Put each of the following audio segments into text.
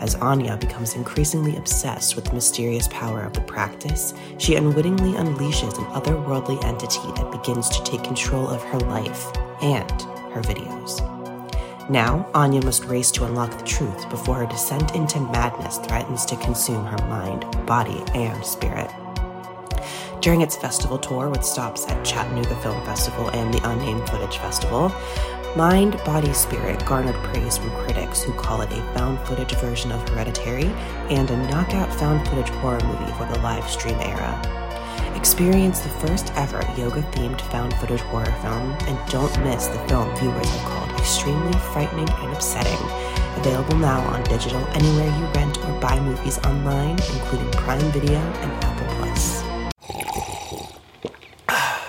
As Anya becomes increasingly obsessed with the mysterious power of the practice, she unwittingly unleashes an otherworldly entity that begins to take control of her life and her videos. Now, Anya must race to unlock the truth before her descent into madness threatens to consume her mind, body, and spirit. During its festival tour, with stops at Chattanooga Film Festival and the Unnamed Footage Festival, Mind, Body, Spirit garnered praise from critics who call it a found footage version of Hereditary and a knockout found footage horror movie for the live stream era. Experience the first ever yoga themed found footage horror film and don't miss the film viewers have called extremely frightening and upsetting. Available now on digital anywhere you rent or buy movies online, including Prime Video and Apple Plus.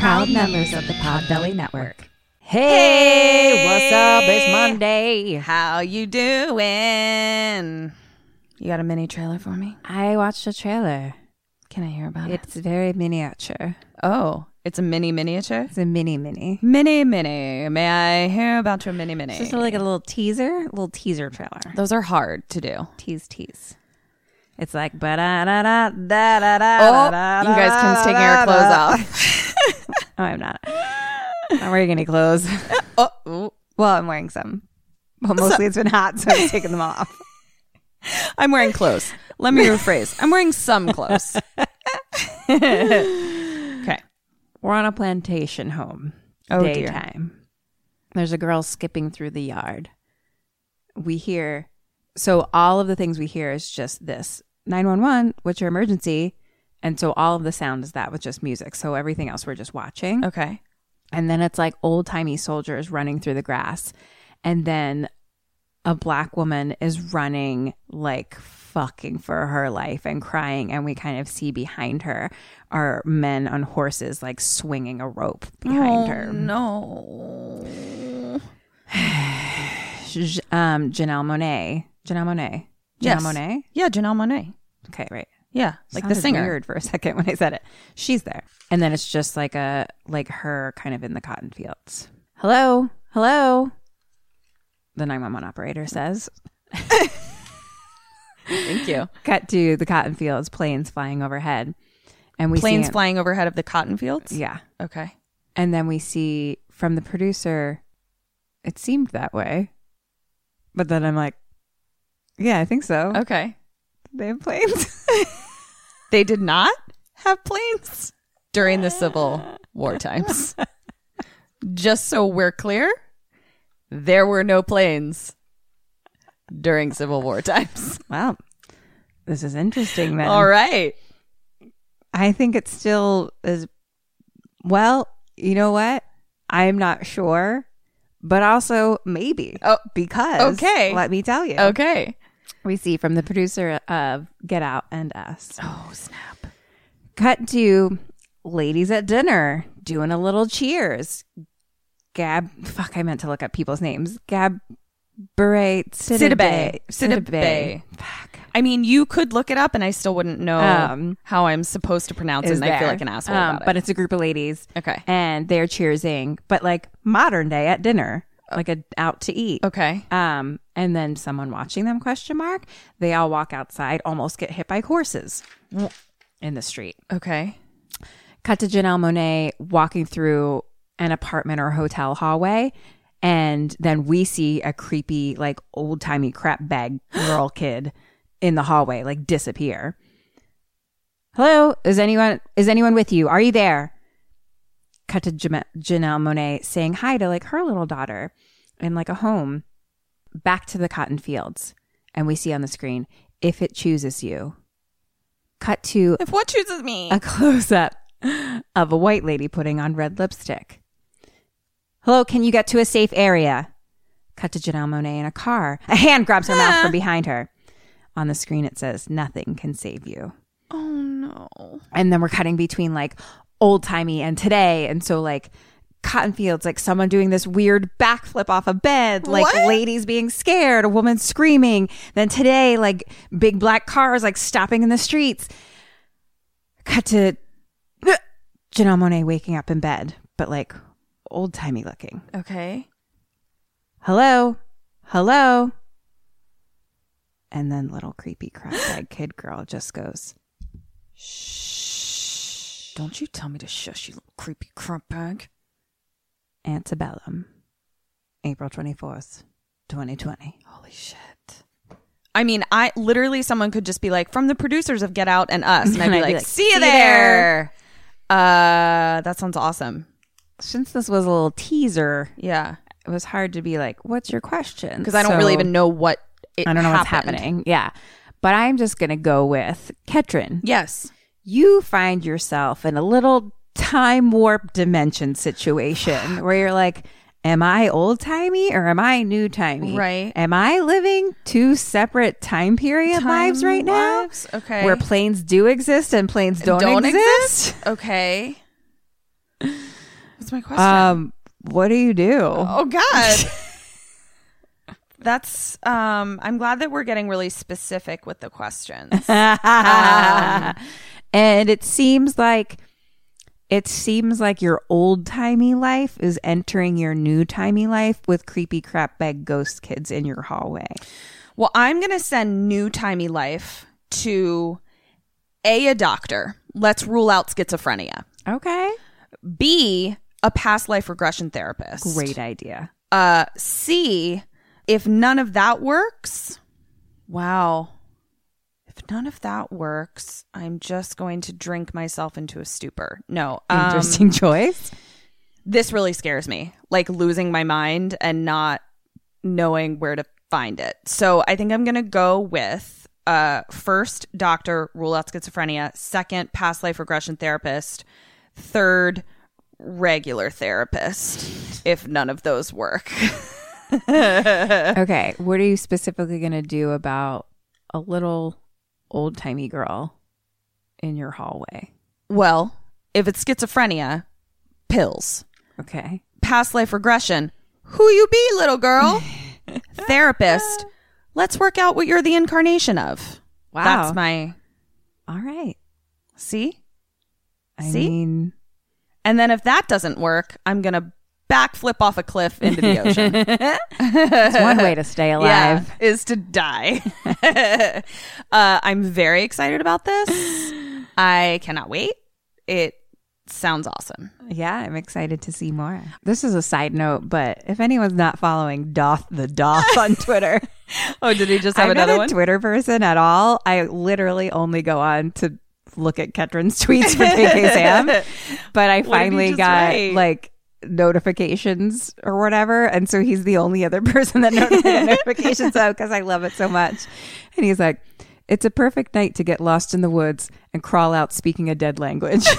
proud members of the Podbelly Network. Hey, what's up? It's Monday. How you doing? You got a mini trailer for me? I watched a trailer. Can I hear about It's very miniature. it? Oh, it's a mini miniature. It's a mini mini. Mini mini. May I hear about your mini mini? It's just like a little teaser, little teaser trailer. Those are hard to do. Tease tease. It's like ba da da da da da da. Oh, you guys can taking your clothes off. Oh, I'm not. I'm wearing any clothes. Oh, ooh. well, I'm wearing some. Well, mostly it's been hot, so I'm taking them off. I'm wearing clothes. Let me rephrase. I'm wearing some clothes. okay. We're on a plantation home. Oh, dear. daytime. There's a girl skipping through the yard. We hear so all of the things we hear is just this 911, what's your emergency? And so all of the sound is that with just music. So everything else we're just watching. Okay. And then it's like old timey soldiers running through the grass. And then a black woman is running like fucking for her life and crying. And we kind of see behind her are men on horses like swinging a rope behind her. Oh, No. J- um, Janelle Monet. Janelle Monet. Janelle Yes. Monet? Yeah, Janelle Monet. Okay, right. Yeah, like the Sounded singer. weird for a second when I said it. She's there. And then it's just like a like her kind of in the cotton fields. Hello. Hello. The 911 operator says. Thank you. Cut to the cotton fields, planes flying overhead. And we Planes see flying overhead of the cotton fields. Yeah. Okay. And then we see from the producer, it seemed that way. But then I'm like, yeah, I think so. Okay. They have planes. They did not have planes during the Civil War times. Just so we're clear, there were no planes during Civil War times. Well, this is interesting then. All right. I think it still is. Well, you know what? I'm not sure, but also maybe. Oh, because okay. let me tell you. Okay. We see from the producer of Get Out and Us. Oh, snap. Cut to ladies at dinner doing a little cheers. Gab, fuck, I meant to look up people's names. Gab, Beret, Sidibe, Sidibe. Sidibe. I mean, you could look it up and I still wouldn't know Um, how I'm supposed to pronounce it. is And I feel there. like an asshole Um, about it. But it's a group of ladies. Okay. And they're cheersing, but like modern day at dinner, like a out to eat. okay. Um, and then someone watching them question mark. They all walk outside, almost get hit by horses in the street. Okay. Cut to Janelle Monet walking through an apartment or hotel hallway. And then we see a creepy, like old timey crap bag girl kid in the hallway, like disappear. Hello, is anyone is anyone with you? Are you there? Cut to Jam- Janelle Monet saying hi to like her little daughter in like a home. Back to the cotton fields, and we see on the screen if it chooses you. Cut to If what chooses me? a close up of a white lady putting on red lipstick. Hello, can you get to a safe area? Cut to Janelle Monet in a car. A hand grabs her mouth Ah. from behind her. On the screen, it says, Nothing can save you. oh no. And then we're cutting between like old timey and today. And so, like, cotton fields, like someone doing this weird backflip off a bed, like What? ladies being scared, a woman screaming. Then today, like big black cars, like stopping in the streets. Cut to uh, Janelle Monet waking up in bed, but like old timey looking. Okay. Hello, hello. And then little creepy crackhead kid girl just goes, Don't you tell me to shush, you little creepy crump bag. Antebellum, April 24th, 2020. Holy shit. I mean, I literally someone could just be like from the producers of Get Out and Us, and I'd be, like, "See you there." Uh, that sounds awesome. Since this was a little teaser, Yeah, it was hard to be like, what's your question? because I don't So- really even know what it I don't know what's happened. happening. Yeah. But I'm just going to go with Ketrin. Yes. you find yourself in a little time warp dimension situation where you're like, Am I old timey or am I new timey? Right. Am I living two separate time period lives right lives? now? Okay. Where planes do exist and planes don't, exist? Okay. What's my question? Um, what do you do? oh God. That's. Um. I'm glad that we're getting really specific with the questions. and it seems like it seems like your old timey life is entering your new timey life with creepy crap bag ghost kids in your hallway. Well, I'm going to send new timey life to A, a doctor. Let's rule out schizophrenia. Okay. B, a past life regression therapist. Great idea. Uh, C, if none of that works, wow. If none of that works, I'm just going to drink myself into a stupor. No, um, Interesting choice. this really scares me like losing my mind and not knowing where to find it so i think i'm gonna go with uh first doctor rule out schizophrenia second past life regression therapist third regular therapist if none of those work Okay. What are you specifically going to do about a little old timey girl in your hallway? well if it's schizophrenia pills Okay. past life regression who you be little girl therapist let's work out what you're the incarnation of Wow. that's my All right. See? I See? mean, And then if that doesn't work, I'm going to backflip off a cliff into the ocean. it's one way to stay Yeah, alive. is to die. uh, I'm very excited about this. I cannot wait. It sounds awesome. Yeah, I'm excited to see more. This is a side note, but if anyone's not following Doth the Doth on Twitter, Oh, did he just I'm not a Twitter person at all. I literally only go on to look at Ketrin's tweets for KK Sam, but I finally just got write? like notifications or whatever, and so he's the only other person that knows the notifications of because I love it so much. And he's like, "It's a perfect night to get lost in the woods and crawl out speaking a dead language."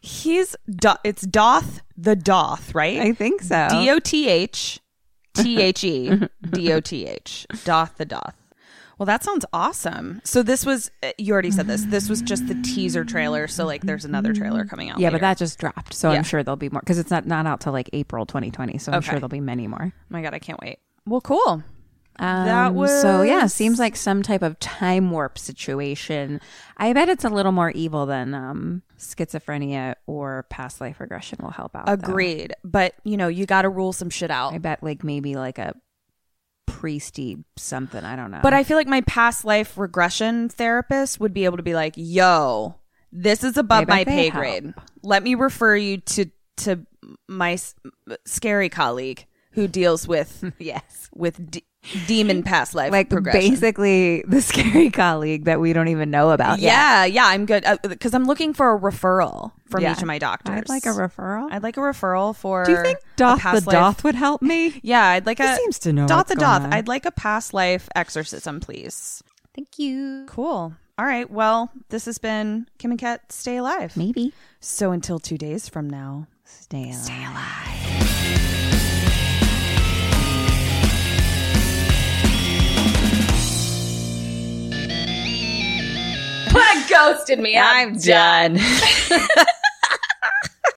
He's do- it's Doth the Doth, I right? think so. Mm-hmm. D O T H T H E D O T H. Doth the Doth. Well, that sounds awesome. So this was uh, you already said this. This was just the teaser trailer. So like, there's another trailer coming out. Yeah, but later. that just dropped, so Yeah. I'm sure there'll be more because it's not not out till like April 2020. So I'm Okay. sure there'll be many more. Oh my god, I can't wait. Well, cool. Um, so yeah, seems like some type of time warp situation. I bet it's a little more evil than um, schizophrenia or past life regression will help out. though. Agreed. But you know, you got to rule some shit out. I bet like maybe like a priesty something. I don't know. But I feel like my past life regression therapist would be able to be like, "Yo, this is above Maybe my they pay help. grade. Let me refer you to to my s- scary colleague who deals with yes, with d- demon past life like progression. basically the scary colleague that we don't even know about. yet. yeah, yeah, I'm good because I'm looking for a referral from Yeah. each of my doctors. I'd like a referral. I'd like a referral for. Do you think a Doth the past life- Doth would help me? Yeah, I'd like He a seems to know Doth what's the going Doth. on. I'd like a past life exorcism, please. Thank you. Cool. All right. Well, this has been Kim and Kat. Stay alive. Maybe. So until two days from now. Stay alive. ghosted me. I'm done.